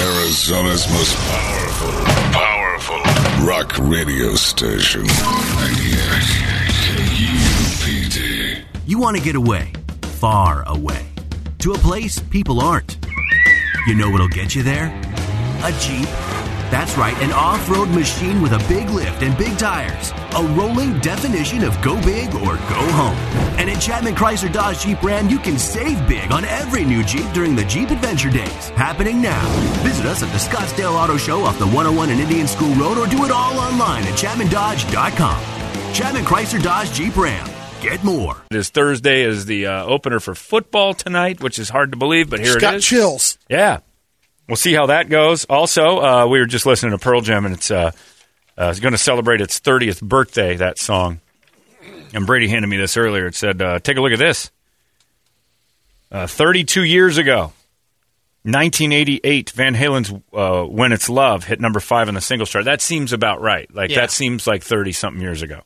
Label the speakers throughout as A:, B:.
A: Arizona's most powerful, powerful rock radio station. 98 KUPD.
B: You want to get away, far away, to a place people aren't. You know what'll get you there? A Jeep. That's right, an off road machine with a big lift and big tires. A rolling definition of go big or go home. And at Chapman Chrysler Dodge Jeep Ram, you can save big on every new Jeep during the Jeep Adventure Days, happening now. Visit us at the Scottsdale Auto Show off the 101 and Indian School Road or do it all online at ChapmanDodge.com. Chapman Chrysler Dodge Jeep Ram. Get more.
C: This Thursday is the uh, opener for football tonight, which is hard to believe, but here
D: Scott
C: it is.
D: chills.
C: Yeah, we'll see how that goes. Also, uh, we were just listening to Pearl Jam, and it's uh, uh, it's going to celebrate its 30th birthday. That song. And Brady handed me this earlier. It said, uh, "Take a look at this. Uh, 32 years ago, 1988, Van Halen's uh, "When It's Love" hit number five on the singles chart. That seems about right. Like that seems like 30 something years ago."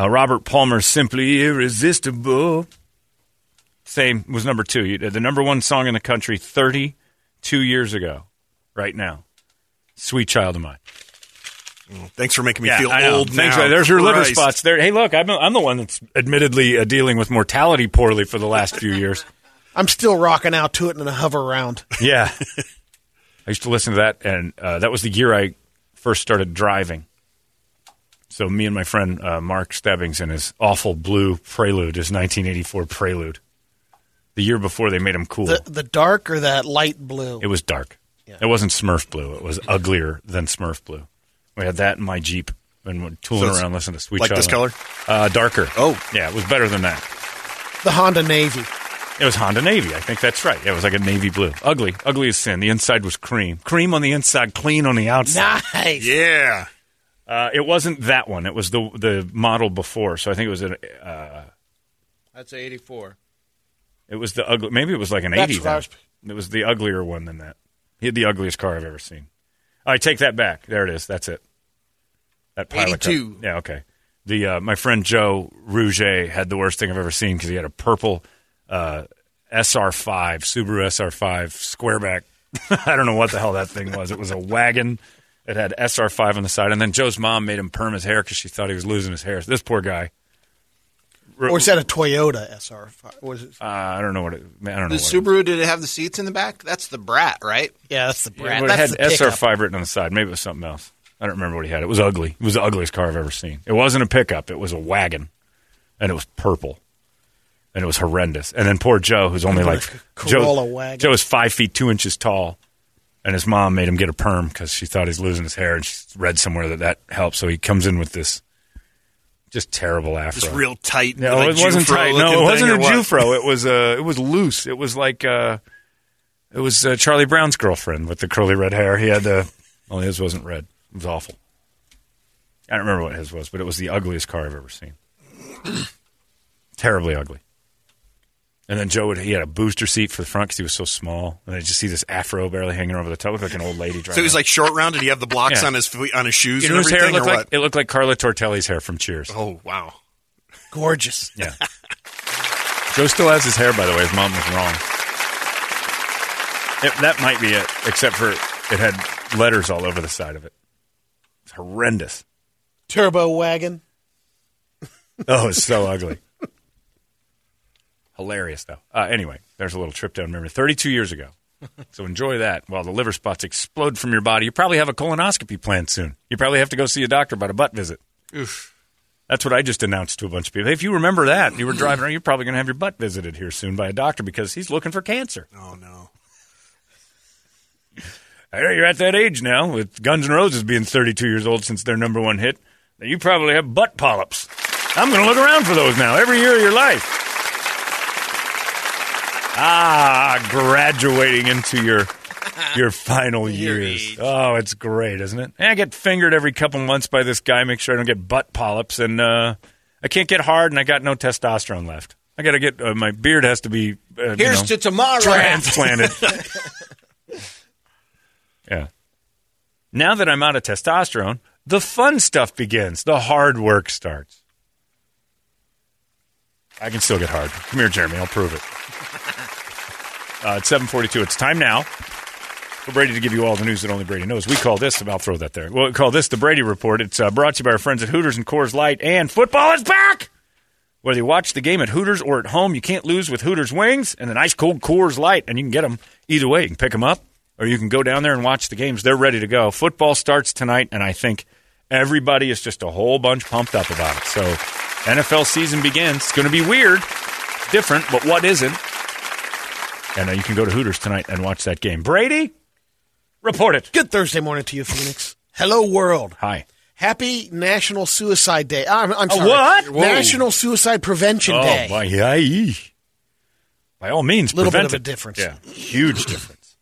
C: Uh, Robert Palmer's "Simply Irresistible." Same was number two. You- The number one song in the country 32 years ago, right now. Sweet child of mine.
D: Mm, Thanks for making me feel
C: I know.
D: old
C: Thanks,
D: now.
C: right. There's your liver
D: Christ.
C: spots. There. Hey, look, I'm, I'm the one that's admittedly uh, dealing with mortality poorly for the last few years.
D: I'm still rocking out to it and a hover around.
C: Yeah. I used to listen to that, and uh, that was the year I first started driving. So, me and my friend uh, Mark Stebbings and his awful blue Prelude, his 1984 Prelude, the year before they made him cool.
D: The, the dark or that light blue.
C: It was dark. It wasn't Smurf blue. It was uglier than Smurf blue. We had that in my Jeep and we're tooling
E: So it's
C: around listening to Sweet
E: like
C: Child
E: this
C: O'
E: color?
C: Mine. Uh, darker.
E: Oh.
C: Yeah, it was better than that.
D: The Honda Navy.
C: It was Honda Navy. I think that's right. It was like a navy blue. Ugly. Ugly as sin. The inside was cream. Cream on the inside, clean on the outside.
D: Nice.
E: Yeah.
C: Uh, it wasn't that one. It was the the model before. So I think it was an, uh,
F: That's 84.
C: it was the ugly. Maybe it was like an
D: That's
C: eighty.
D: what I
C: then. It was the uglier one than that. He had the ugliest car I've ever seen. I take that back. There it is. That's it. That pilot. car.
F: 82.
C: Yeah. Okay. The uh, my friend Joe Rouget had the worst thing I've ever seen because he had a purple uh, SR5 Subaru SR5 squareback. I don't know what the hell that thing was. It was a wagon. It had SR5 on the side, and then Joe's mom made him perm his hair because she thought he was losing his hair. This poor guy.
D: Or is that a Toyota SR5? Was it?
C: Uh, I don't know what it. I don't know. what
F: The
C: it-
F: Subaru, did it have the seats in the back? That's the Brat, right?
D: Yeah, that's the
C: Well,
D: brand.
C: it
D: That's
C: had
D: the pickup.
C: SR5 written on the side. Maybe it was something else. I don't remember what he had. It was ugly. It was the ugliest car I've ever seen. It wasn't a pickup. It was a wagon, and it was purple, and it was horrendous. And then poor Joe, who's only like Joe,
D: Corolla wagon.
C: Joe is five feet two inches tall, and his mom made him get a perm because she thought he's losing his hair, and she read somewhere that that helps. So he comes in with this just terrible afro.
E: Just real tight.
C: No,
E: like
C: oh, it wasn't
E: Jufro
C: tight.
E: looking
C: No, it
E: thing
C: wasn't a
E: or what?
C: Jufro. It was uh, it was loose. It was like uh, it was uh, Charlie Brown's girlfriend with the curly red hair. He had the only his wasn't red. It was awful. I don't remember what his was, but it was the ugliest car I've ever seen. Terribly ugly. And then Joe would he had a booster seat for the front because he was so small, and I just see this afro barely hanging over the top, looked like an old lady driving.
E: So he's like short round. Did he have the blocks
C: Yeah.
E: on his feet, on his shoes
C: you know
E: and
C: what his hair
E: everything, or
C: looked
E: what?
C: like? It looked like Carla Tortelli's hair from Cheers.
E: oh wow.
D: Gorgeous.
C: Yeah. Joe still has his hair, by the way. His mom was wrong. It, that might be it, except for it had letters all over the side of it. It's horrendous.
D: Turbo wagon.
C: Oh, it's so ugly. Hilarious, though. Uh, anyway, there's a little trip down memory. 32 years ago, So enjoy that while the liver spots explode from your body. You probably have a colonoscopy planned soon. You probably have to go see a doctor about a butt visit.
E: Oof.
C: That's what I just announced to a bunch of people. If you remember that, you were driving around, you're probably going to have your butt visited here soon by a doctor because he's looking for cancer.
E: Oh no.
C: I know you're at that age now, with Guns N' Roses being 32 years old since their number one hit, that you probably have butt polyps. I'm going to look around for those now every year of your life. Ah, graduating into your your final years. Oh, it's great, isn't it? And I get fingered every couple months by this guy, make sure I don't get butt polyps, and uh, I can't get hard, and I got no testosterone left. I got to get uh, my beard has to be uh, you
F: Here's
C: know,
F: to tomorrow.
C: transplanted. yeah. Now that I'm out of testosterone, the fun stuff begins. The hard work starts. I can still get hard. Come here, Jeremy. I'll prove it. Uh, it's 7:42. It's time now for Brady to give you all the news that only Brady knows. We call this. I'll throw that there. We'll call this the Brady Report. It's uh, brought to you by our friends at Hooters and Coors Light. And football is back. Whether you watch the game at Hooters or at home, you can't lose with Hooters wings and an ice cold Coors Light, and you can get them either way. You can pick them up, or you can go down there and watch the games. They're ready to go. Football starts tonight, and I think everybody is just a whole bunch pumped up about it. So, NFL season begins. It's going to be weird, different, but what isn't? And uh, you can go to Hooters tonight and watch that game. Brady, report it.
D: Good Thursday morning to you, Phoenix. Hello, world.
C: Hi.
D: Happy National Suicide Day. I'm, I'm sorry.
C: what? Whoa.
D: National Suicide Prevention Day.
C: Oh, by, aye. by all means,
D: Little bit
C: prevent
D: of a
C: it.
D: difference.
C: Yeah, huge difference.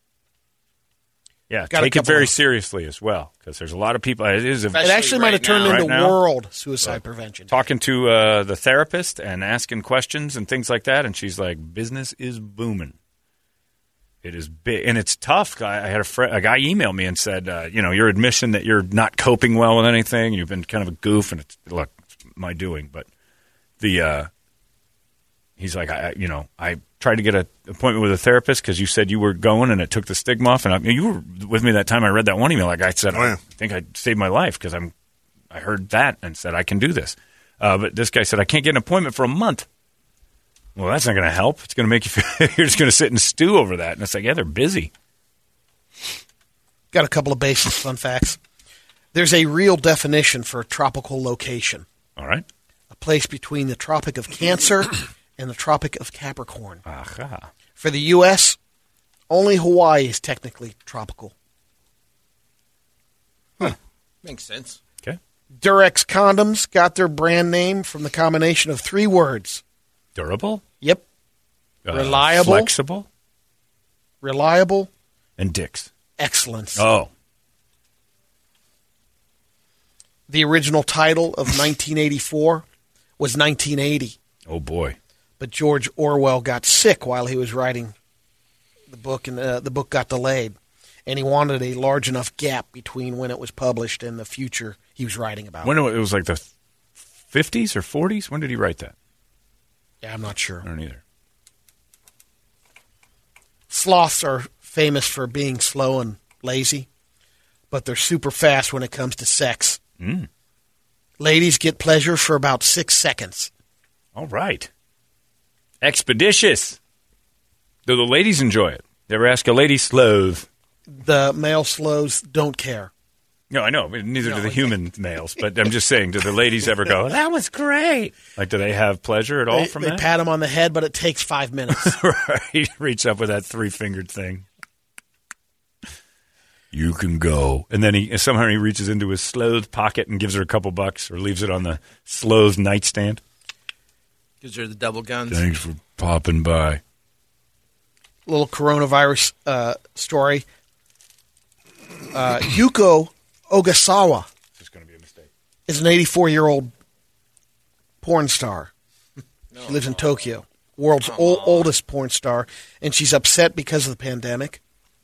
C: Yeah,
D: Got a
C: take it
D: couple
C: very
D: of-
C: seriously as well, because there's a lot of people. It is a,
D: It actually might have turned
C: now.
D: into
C: Right now?
D: World Suicide Prevention.
C: talking to uh, the therapist and asking questions and things like that, and she's like, "Business is booming. It is big, and it's tough." I, I had a friend, a guy, email me and said, uh, "You know, your admission that you're not coping well with anything, you've been kind of a goof, and it's, look, it's my doing." But the uh, he's like, I, I- you know, I tried to get an appointment with a therapist because you said you were going, and it took the stigma off. And I, you were with me that time. I read that one email. Like I said,
E: Oh, yeah.
C: I think I saved my life because I'm. I heard that and said I can do this, uh, but this guy said I can't get an appointment for a month. Well, that's not going to help. It's going to make you feel you're just going to sit and stew over that. And it's like, yeah, they're busy.
D: Got a couple of basic fun facts. There's a real definition for a tropical location,
C: All right.
D: a place between the Tropic of Cancer and the Tropic of Capricorn.
C: Aha.
D: For the U.S., only Hawaii is technically tropical.
F: Makes sense.
C: Okay.
D: Durex condoms got their brand name from the combination of three words.
C: Durable,
D: Yep,
C: uh,
D: Reliable.
C: flexible,
D: reliable,
C: and dicks.
D: excellence.
C: Oh,
D: the original title of 1984 was 1980,
C: oh boy.
D: but George Orwell got sick while he was writing the book, and uh, the book got delayed. And he wanted a large enough gap between when it was published and the future he was writing about.
C: When it was like the 50s or 40s. When did he write that?
D: yeah, I'm not sure.
C: I don't either.
D: sloths are famous for being slow and lazy, but they're super fast when it comes to sex.
C: Mm.
D: Ladies get pleasure for about six seconds.
C: All right. Expeditious. Do the ladies enjoy it? They ever ask a lady slove?
D: The male slows don't care.
C: No, I know. but Neither do the human males, but I'm just saying, do the ladies ever go, that was great? Like, do they have pleasure at all
D: They,
C: from
D: they
C: that?
D: pat him on the head, but it takes five minutes.
C: right. Reach up with that three fingered thing. You can go. And then he and somehow he reaches into his sloth pocket and gives her a couple bucks or leaves it on the sloth nightstand.
F: Because they're the double guns.
C: Thanks for popping by.
D: Little coronavirus uh, story. Uh, Yuko Ogasawa
C: It's going to be a mistake.
D: is an 84 year old porn star. She lives in Tokyo, world's ol- oldest porn star, and she's upset because of the pandemic.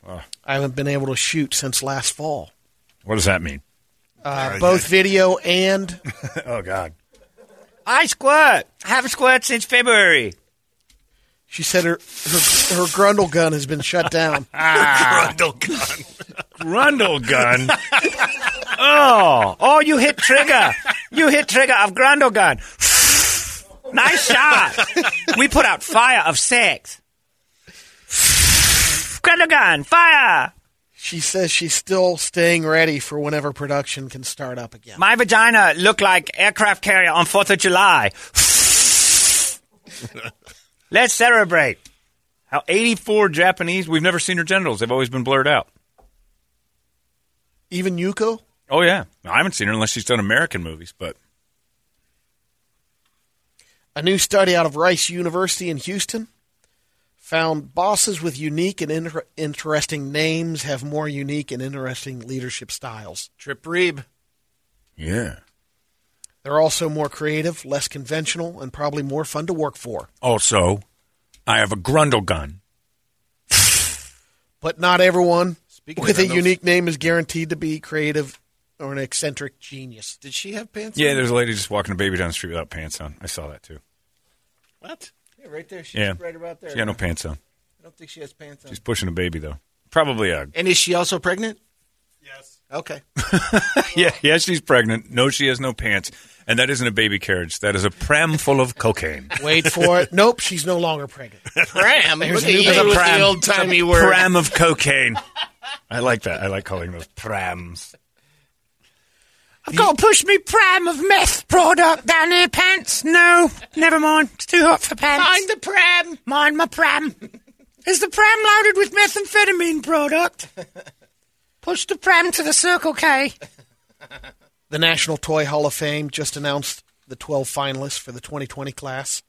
C: Ah.
D: I haven't been able to shoot since last fall,
C: What does that mean?
D: uh, both video and
C: Oh, God.
G: I squat. I haven't squat since February.
D: she said her, her her grundle gun has been shut down.
E: Grundle gun.
C: Grundle gun.
G: Oh, oh, you hit trigger. you hit trigger of Grandogan. nice shot. we put out fire of sex. Grab a gun. Fire.
D: She says she's still staying ready for whenever production can start up again.
G: My vagina looked like aircraft carrier on 4th of July. Let's celebrate.
C: How 84 Japanese, we've never seen her genitals. They've always been blurred out.
D: Even Yuko?
C: Oh, yeah. I haven't seen her unless she's done American movies, but
D: A new study out of Rice University in Houston found bosses with unique and inter- interesting names have more unique and interesting leadership styles.
F: Trip Reeb.
C: yeah.
D: They're also more creative, less conventional, and probably more fun to work for.
C: Also, I have a grundle gun.
D: But not everyone
F: Speaking
D: with
F: of
D: a
F: those-
D: unique name is guaranteed to be creative or an eccentric genius.
F: Did she have pants?
C: Yeah,
F: on?
C: there's a lady just walking a baby down the street without pants on. I saw that too.
F: What? Yeah, right there. She's
C: Yeah.
F: right about there.
C: She got no pants on.
F: I don't think she has pants on.
C: She's pushing a baby though. Probably a
F: And is she also pregnant? Yes. Okay.
C: yeah. Yeah, she's pregnant. No, she has no pants, and that isn't a baby carriage. That is a pram full of cocaine.
D: Wait for it. Nope, she's no longer pregnant.
F: Pram. There's
D: Look at you with the
F: old timey word.
C: Pram of cocaine. I like that. I like calling those prams.
G: I've got to push me pram of meth product down here, pants. No, never mind. It's too hot for pants. Mind the pram. Mind my pram. Is the pram loaded with methamphetamine product? Push the pram to the Circle K.
D: The National Toy Hall of Fame just announced the 12 finalists for the 2020 class.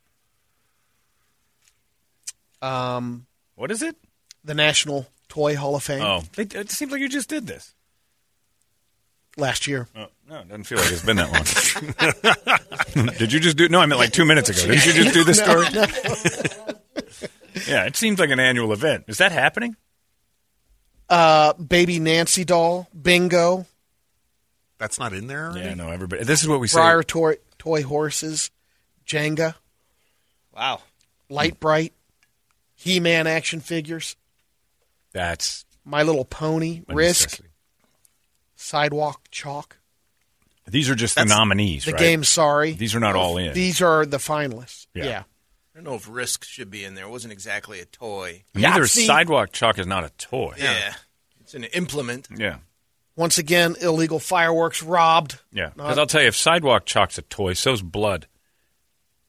D: Um,
C: What is it?
D: the National Toy Hall of Fame
C: Oh, it, it seems like you just did this.
D: last year.
C: Oh, no, it doesn't feel like it's been that long. Did you just do? No, I meant like two minutes ago. Didn't you just do this story? yeah, it seems like an annual event. Is that happening?
D: Uh, Baby Nancy doll, Bingo,
E: That's not in there. Already?
C: Yeah, no. Everybody, this is what we say.
D: Briar toy, toy Horses, Jenga,
F: Wow.
D: Light Bright, He Man action figures,
C: That's
D: My Little Pony,
C: a
D: Risk,
C: necessity.
D: Sidewalk, Chalk,
C: These are just the
E: That's-
C: nominees.
D: The
C: right?
D: Game Sorry.
C: These are not all in.
D: These are the finalists.
C: Yeah.
D: yeah.
F: I don't know if Risk should be in there. It wasn't exactly a toy.
C: Neither
D: Yahtzee.
C: sidewalk chalk is not a toy.
F: Yeah. It's an implement.
C: Yeah.
D: Once again, illegal fireworks robbed.
C: Yeah. Because
D: Not-
C: I'll tell you, if sidewalk chalk's a toy, so's blood.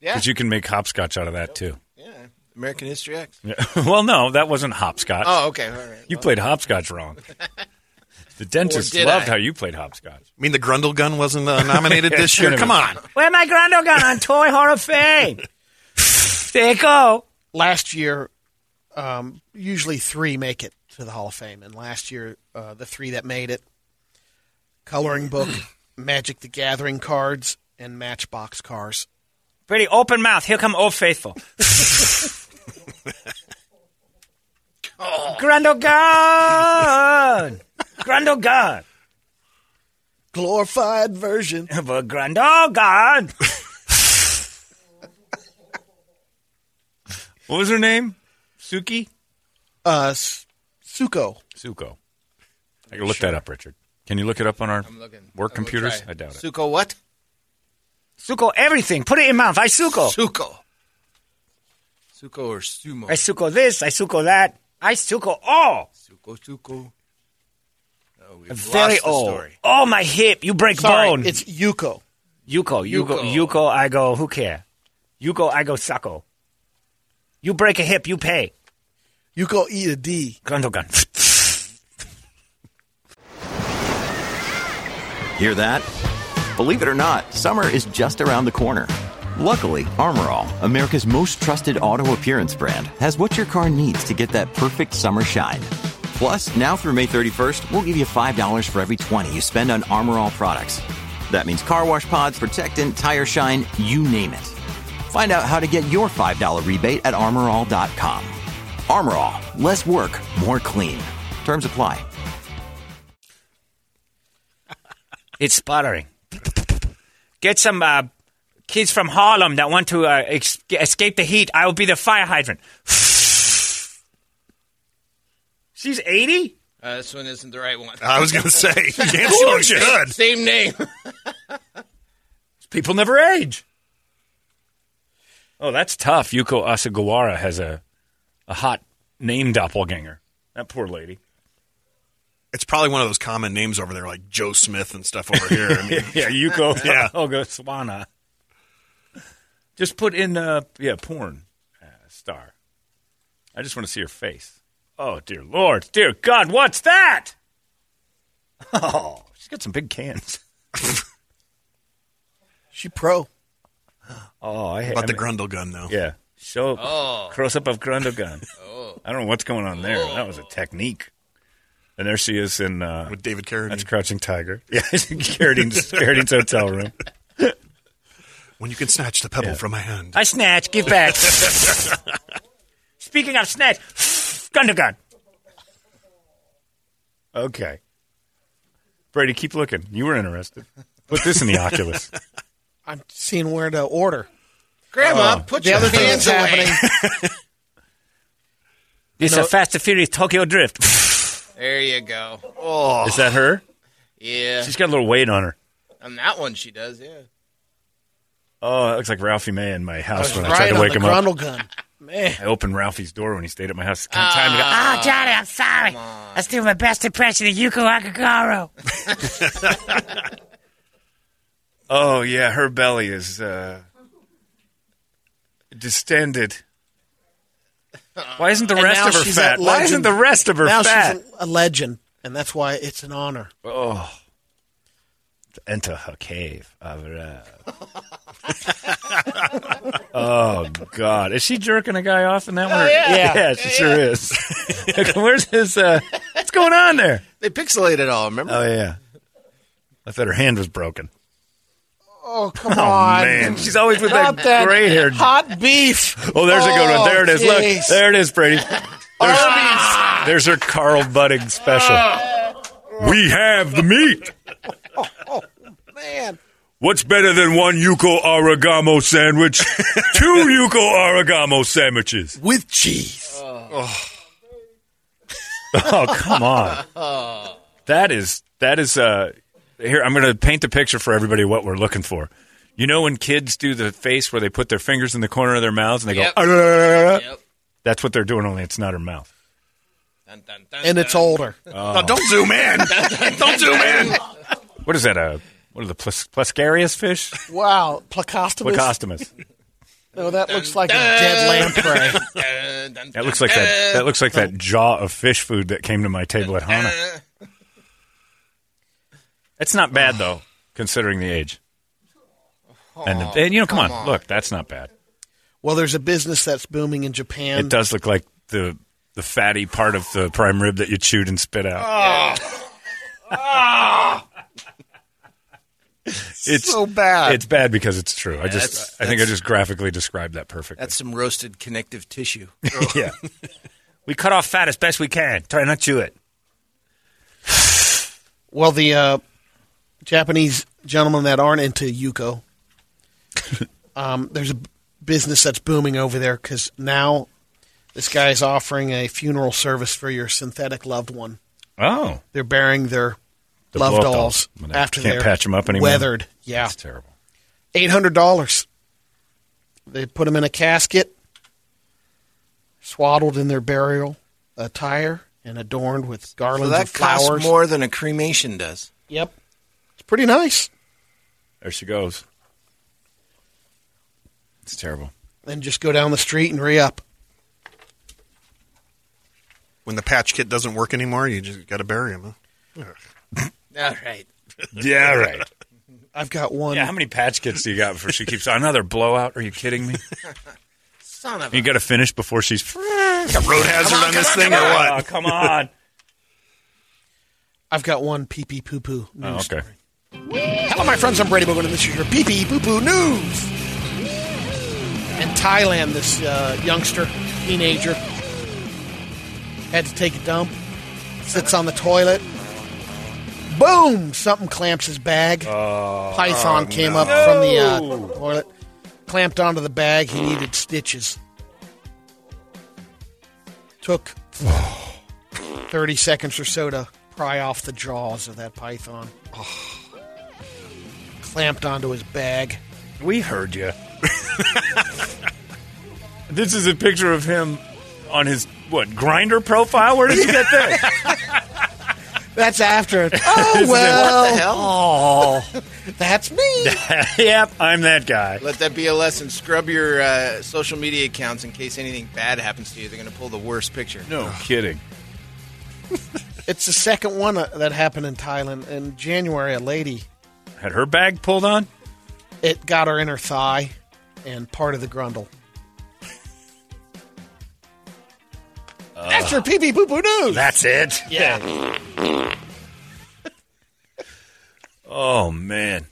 F: Yeah.
C: Because you can make hopscotch out of that too.
F: Yeah. American History X.
C: Yeah. well, no, that wasn't hopscotch.
F: Oh, okay. All right.
C: You played hopscotch wrong. The dentist
F: did
C: loved
F: I?
C: how you played hopscotch.
E: I mean, the Grundle gun wasn't uh, nominated this year.
C: Should've
E: Come on.
G: Where my grando gun on Toy Hall of Fame? there you go.
D: Last year, um, usually three make it to the Hall of Fame, and last year uh, the three that made it: coloring book, Magic the Gathering cards, and Matchbox cars.
G: Pretty open mouth. Here come Old Faithful. Grando gun. Grando gun.
D: Glorified version.
G: Have a grand oh god.
C: What was her name? Suki?
D: Uh, S- Suko.
C: Suko. I can look that up, Richard. Can you look it up on our
F: I'm looking.
C: work
F: I will
C: computers?
F: try.
C: I doubt it.
F: Suko what?
G: Suko everything. Put it in mouth. I
D: Oh.
G: suko.
F: Suko. Suko or sumo.
G: I suko this, I suko that. I suko all.
F: Suko Suko. Oh, we've
G: Very
F: lost the
G: old.
F: story.
G: Oh my hip. You break
D: Sorry,
G: bone.
D: it's Yuko.
G: Yuko, Yuko,
F: Yuko.
G: Yuko, I go, who care? Yuko, I go, Sako. You break a hip, you pay.
D: Yuko E to D.
G: Gundogan.
H: Hear that? Believe it or not, summer is just around the corner. Luckily, Armorall, America's most trusted auto appearance brand, has what your car needs to get that perfect summer shine. Plus, now through May 31st, we'll give you $5 for every 20 you spend on Armorall products. That means car wash pods, protectant, tire shine, you name it. Find out how to get your $5 rebate at armorall.com. Armorall, less work, more clean. Terms apply.
G: It's sputtering. Get some uh, kids from Harlem that want to uh, ex- escape the heat. I will be the fire hydrant. She's 80?
F: Uh, this one isn't the right one.
E: I was going to say, damn, she looks good.
F: Same name.
C: People never age. Oh, that's tough. Yuko Asagawara has a, a hot name doppelganger. That poor lady.
E: It's probably one of those common names over there, like Joe Smith and stuff over here. I mean,
C: yeah, Yuko
E: Yeah.
C: Swana. Just put in uh, yeah porn uh, star. I just want to see her face. Oh dear Lord, dear God, what's that? Oh, she's got some big cans.
D: She pro.
C: Oh, I hate
E: about the
C: I mean-
E: Grundle gun though.
C: Yeah, show
F: Oh.
C: close up of Grundogan.
F: Oh.
C: I don't know what's going on there. That was a technique. And there she is in uh,
E: with David Carradine.
C: that's Crouching Tiger. Yeah, it's in Carradine's, Carradine's hotel room.
E: when you can snatch the pebble from my hand.
G: I snatch, give back. Speaking of snatch, gun to gun.
C: Okay. Brady, keep looking. You were interested. Put this in the Oculus.
D: I'm seeing where to order. Uh,
F: Grandma, put
D: The
F: your
D: other thing's
F: hands away.
D: happening.
G: This is a Fast and Furious Tokyo Drift.
F: There you go.
C: Is that her?
F: Yeah.
C: She's got a little weight on her.
F: On that one, she does, yeah.
C: Oh, it looks like Ralphie May in my house when I
D: Right
C: tried to
D: on
C: wake
D: the
C: him up.
D: grundle gun. Man,
C: I opened Ralphie's door when he stayed at my house. Come time to
D: Ah.
C: go.
G: Oh, Johnny, I'm sorry. I was doing my best impression of Yuko Akagaro.
C: Oh yeah, her belly is uh, distended. Why isn't the
D: And
C: rest
D: now
C: of her
D: she's
C: fat?
D: at
C: Why isn't
D: legend-
C: the rest of her
D: now
C: fat?
D: she's a, a legend, and that's why it's an honor.
C: oh, enter her cave. of love. oh God, is she jerking a guy off in that one? Oh, Yeah, yeah, she sure is. Where's his? Uh, what's going on there?
F: They pixelate it all, remember?
C: Oh yeah, I thought her hand was broken.
D: Oh come on,
C: Man, she's always with
D: Not
C: that,
D: that
C: gray hair.
D: hot beef.
C: Oh, there's a good one. There it is. Look,
D: jeez.
C: there it is, Brady. There's, there's her Carl Budding special. We have the meat.
D: Oh, Man,
C: What's better than one Yuko Aragamo sandwich? Two Yuko Aragamo sandwiches.
D: with cheese.
C: Oh, come on. That is that is uh here I'm going to paint the picture for everybody of what we're looking for. You know when kids do the face where they put their fingers in the corner of their mouths and they
F: Yep.
C: go "Ah."
F: Yep.
C: That's what they're doing only it's not her mouth.
F: Dun, dun, dun,
D: And it's
F: dun.
D: older.
C: Uh,
E: No, don't zoom in. don't zoom in.
C: What is that? Uh, what are the ples- plescarius fish?
D: Wow, placostomus.
C: Placostomus.
D: No, that looks like a dead lamprey.
F: Dun, dun,
C: That looks like that. That looks like that jaw of fish food that came to my table at Hana. It's not bad though, considering the age. And, the, and you know, come, on, look, that's not bad.
D: well, there's a business that's booming in Japan.
C: It does look like the the fatty part of the prime rib that you chewed and spit out. Ah. it's
D: so bad.
C: It's bad because it's true. I just,
F: that's-
C: I think I just graphically described that perfectly.
F: That's some roasted connective tissue.
C: yeah. We cut off fat as best we can. Try not to chew it.
D: well, the uh, Japanese gentlemen that aren't into yuko, um, there's a b- business that's booming over there because now this guy is offering a funeral service for your synthetic loved one.
C: Oh,
D: They're burying their
C: The
D: love
C: blow-up
D: dolls
C: dolls. They
D: after
C: can't
D: they're
C: patch 'em up anymore.
D: Weathered, yeah.
C: that's terrible.
D: eight hundred dollars. They put them in a casket, swaddled in their burial attire, and adorned with
F: so
D: garlands
F: that
D: of flowers.
F: costs more than a cremation does.
D: Yep, it's pretty nice.
C: There she goes. It's terrible.
D: Then just go down the street and re up.
E: When the patch kit doesn't work anymore, you just got to bury him. Huh?
F: All right.
C: Yeah, right.
D: I've got one.
C: Yeah, how many patch kits do you got before she keeps another blowout? Are you kidding me?
F: Son of a.
C: You got to finish before she's.
E: Got road hazard on, this thing or what?
C: Oh, come on.
D: I've got one pee pee poo poo news.
C: Oh, okay.
D: Hello, my friends. I'm Brady Bogan, and this is your pee pee poo poo news. In Thailand, this uh, youngster, teenager, had to take a dump, sits on the toilet. Boom! Something clamps his bag. Python came up from the uh, toilet, clamped onto the bag. He needed stitches. Took 30 seconds or so to pry off the jaws of that python clamped onto his bag.
C: We heard you. this is a picture of him on his what grinder profile? Where did you get that?
D: That's after it. Oh, well. the hell? That's me.
C: yep, I'm that guy.
F: Let that be a lesson. Scrub your uh, social media accounts in case anything bad happens to you. They're going to pull the worst picture.
C: No kidding.
D: It's the second one uh, that happened in Thailand. In January, a lady,
C: Had her bag pulled on.
D: it got her inner thigh and part of the grundle. That's your pee pee poo poo news.
C: That's it.
D: yeah.
C: Oh man,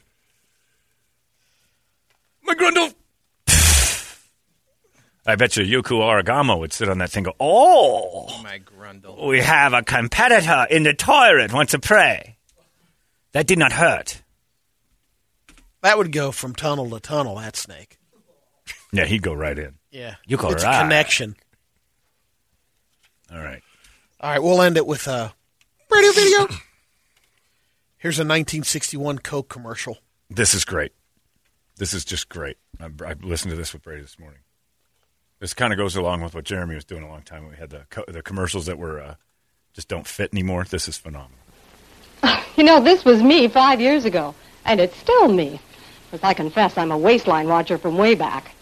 C: my grundle. I bet you Yuku Aragamo would sit on that thing. and Go, oh.
F: My grundle.
C: We have a competitor in the toilet wants to pray. That did not hurt.
D: That would go from tunnel to tunnel, that snake.
C: Yeah, he'd go right in.
D: Yeah.
C: You call
D: It's
C: her
D: a
C: eye.
D: connection.
C: All right.
D: All right, we'll end it with a radio video. Here's a 1961 Coke commercial.
C: This is great. This is just great. I, I listened to this with Brady this morning. This kind of goes along with what Jeremy was doing a long time. We had the co- the commercials that were uh, just don't fit anymore. This is phenomenal.
I: You know, this was me five years ago, and it's still me. As I confess, I'm a waistline watcher from way back.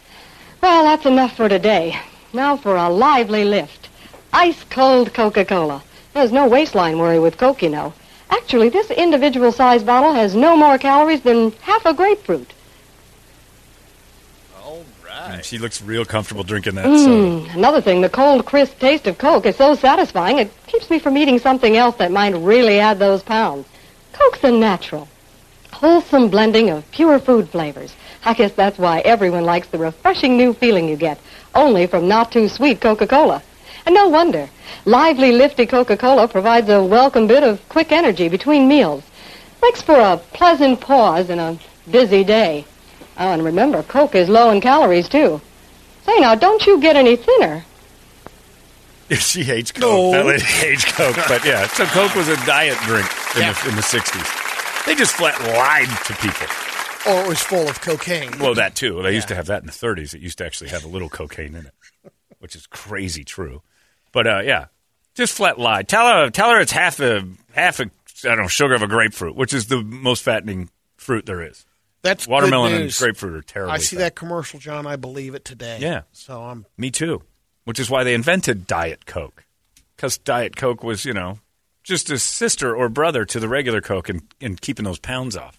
I: Well, that's enough for today. Now for a lively lift. Ice cold Coca Cola. There's no waistline worry with Coke, you know. Actually, this individual size bottle has no more calories than half a grapefruit.
F: All
C: And
F: right.
C: she looks real comfortable drinking that. soda.
I: Mmm, another thing, the cold, crisp taste of Coke is so satisfying, it keeps me from eating something else that might really add those pounds. Coke's a natural, wholesome blending of pure food flavors. I guess that's why everyone likes the refreshing new feeling you get, only from not too sweet Coca-Cola. And no wonder. Lively, lifty Coca-Cola provides a welcome bit of quick energy between meals. Makes for a pleasant pause in a busy day. Oh, and remember, Coke is low in calories, too. Say now, don't you get any thinner?
C: She hates Coke. That lady hates Coke. But yeah, so Coke was a diet drink in, the, in the 60s. They just flat lied to people.
D: Or Oh, it was full of cocaine.
C: Well, that too. They used to have that in the 30s. It used to actually have a little cocaine in it, which is crazy true. But uh, yeah, just flat lie. Tell her, tell her it's half a half a I don't know sugar of a grapefruit, which is the most fattening fruit there is.
D: That's good
C: Watermelon and
D: news.
C: grapefruit are terrible.
D: I see that commercial, John. I believe it today.
C: Yeah.
D: So I'm
C: Me too. Which is why they invented Diet Coke. Because Diet Coke was, you know, just a sister or brother to the regular Coke and, and keeping those pounds off.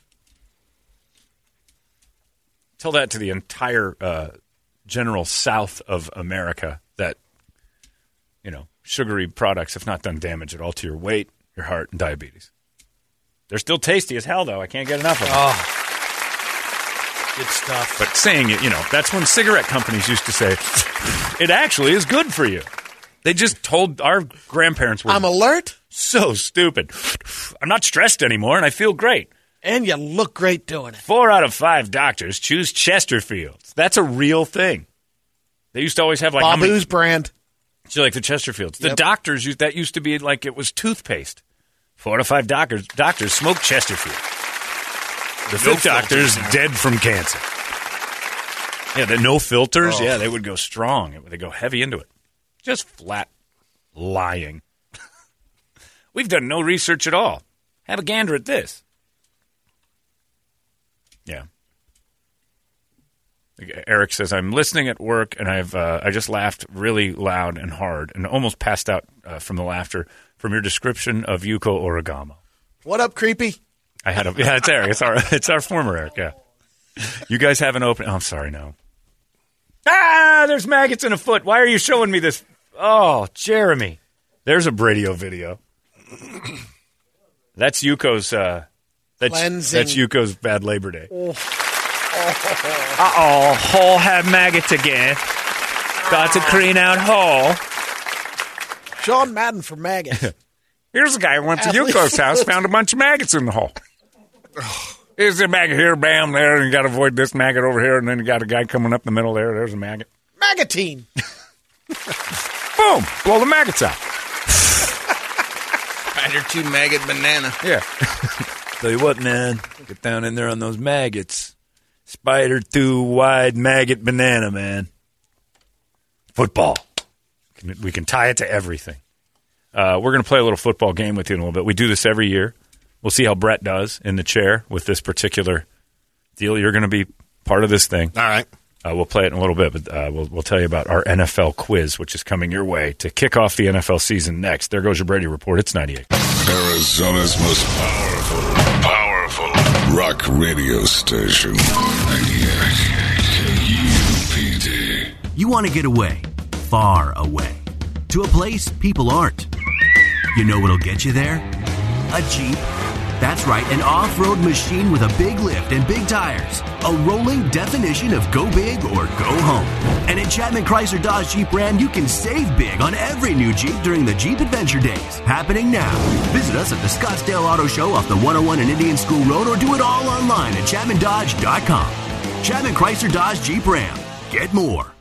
C: Tell that to the entire uh, general south of America that, you know, sugary products have not done damage at all to your weight, your heart, and diabetes. They're still tasty as hell, though. I can't get enough of them.
D: Oh. good stuff.
C: But saying it, you know, that's when cigarette companies used to say, it actually is good for you. They just told our grandparents were
D: I'm alert,
C: so stupid. I'm not stressed anymore and I feel great.
D: and you look great doing it.
C: Four out of five doctors choose Chesterfields. That's a real thing. They used to always have like how many-
D: Babu's brand.
C: so like the Chesterfields. The
D: Yep.
C: doctors used that used to be like it was toothpaste. Four to five doctors doctors smoke Chesterfield. The
E: No
C: fifth doctor's
E: filters.
C: dead from cancer. Yeah, the no filters. Yeah, they would go strong. They go heavy into it. Just flat lying. We've done no research at all. Have a gander at this. Yeah. Eric says, "I'm listening at work, and I've uh, I just laughed really loud and hard, and almost passed out uh, from the laughter from your description of Yuko Origamo.
D: What up, creepy?
C: I had a yeah, it's Eric, it's our it's our former Eric. Yeah, you guys have an open. oh, I'm sorry, no. Ah, there's maggots in a foot. Why are you showing me this? Oh, Jeremy, there's a Bradio video. That's Yuko's. Uh, that's
D: Cleansing.
C: that's Yuko's bad Labor Day. Uh oh, Hall have maggots again. Got to clean out Hall.
D: Sean Madden for maggots.
C: Here's a guy who went to
D: Athlete.
C: Yuko's house, found a bunch of maggots in the hole. There's a maggot here, bam, there, and you got to avoid this maggot over here, and then you got a guy coming up the middle there. There's a maggot.
D: Magatine.
C: Boom! Blow the maggots out.
F: Find your two maggot banana.
C: Yeah. Tell you what, man, get down in there on those maggots. Spider two wide maggot banana, man. Football. can, we can tie it to everything. Uh, we're going to play a little football game with you in a little bit. We do this every year. We'll see how Brett does in the chair with this particular deal. You're going to be part of this thing. All right. Uh, we'll play it in a little bit, but uh, we'll, we'll tell you about our NFL quiz, which is coming your way to kick off the NFL season next. There goes your Brady report. It's 98.
A: Arizona's most powerful, powerful rock radio station. 98 KUPD.
B: You want to get away, far away, to a place people aren't. You know what'll get you there? A Jeep. That's right, an off road machine with a big lift and big tires. A rolling definition of go big or go home. And at Chapman Chrysler Dodge Jeep Ram, you can save big on every new Jeep during the Jeep Adventure Days. Happening now. Visit us at the Scottsdale Auto Show off the 101 and Indian School Road or do it all online at ChapmanDodge.com. Chapman Chrysler Dodge Jeep Ram. Get more.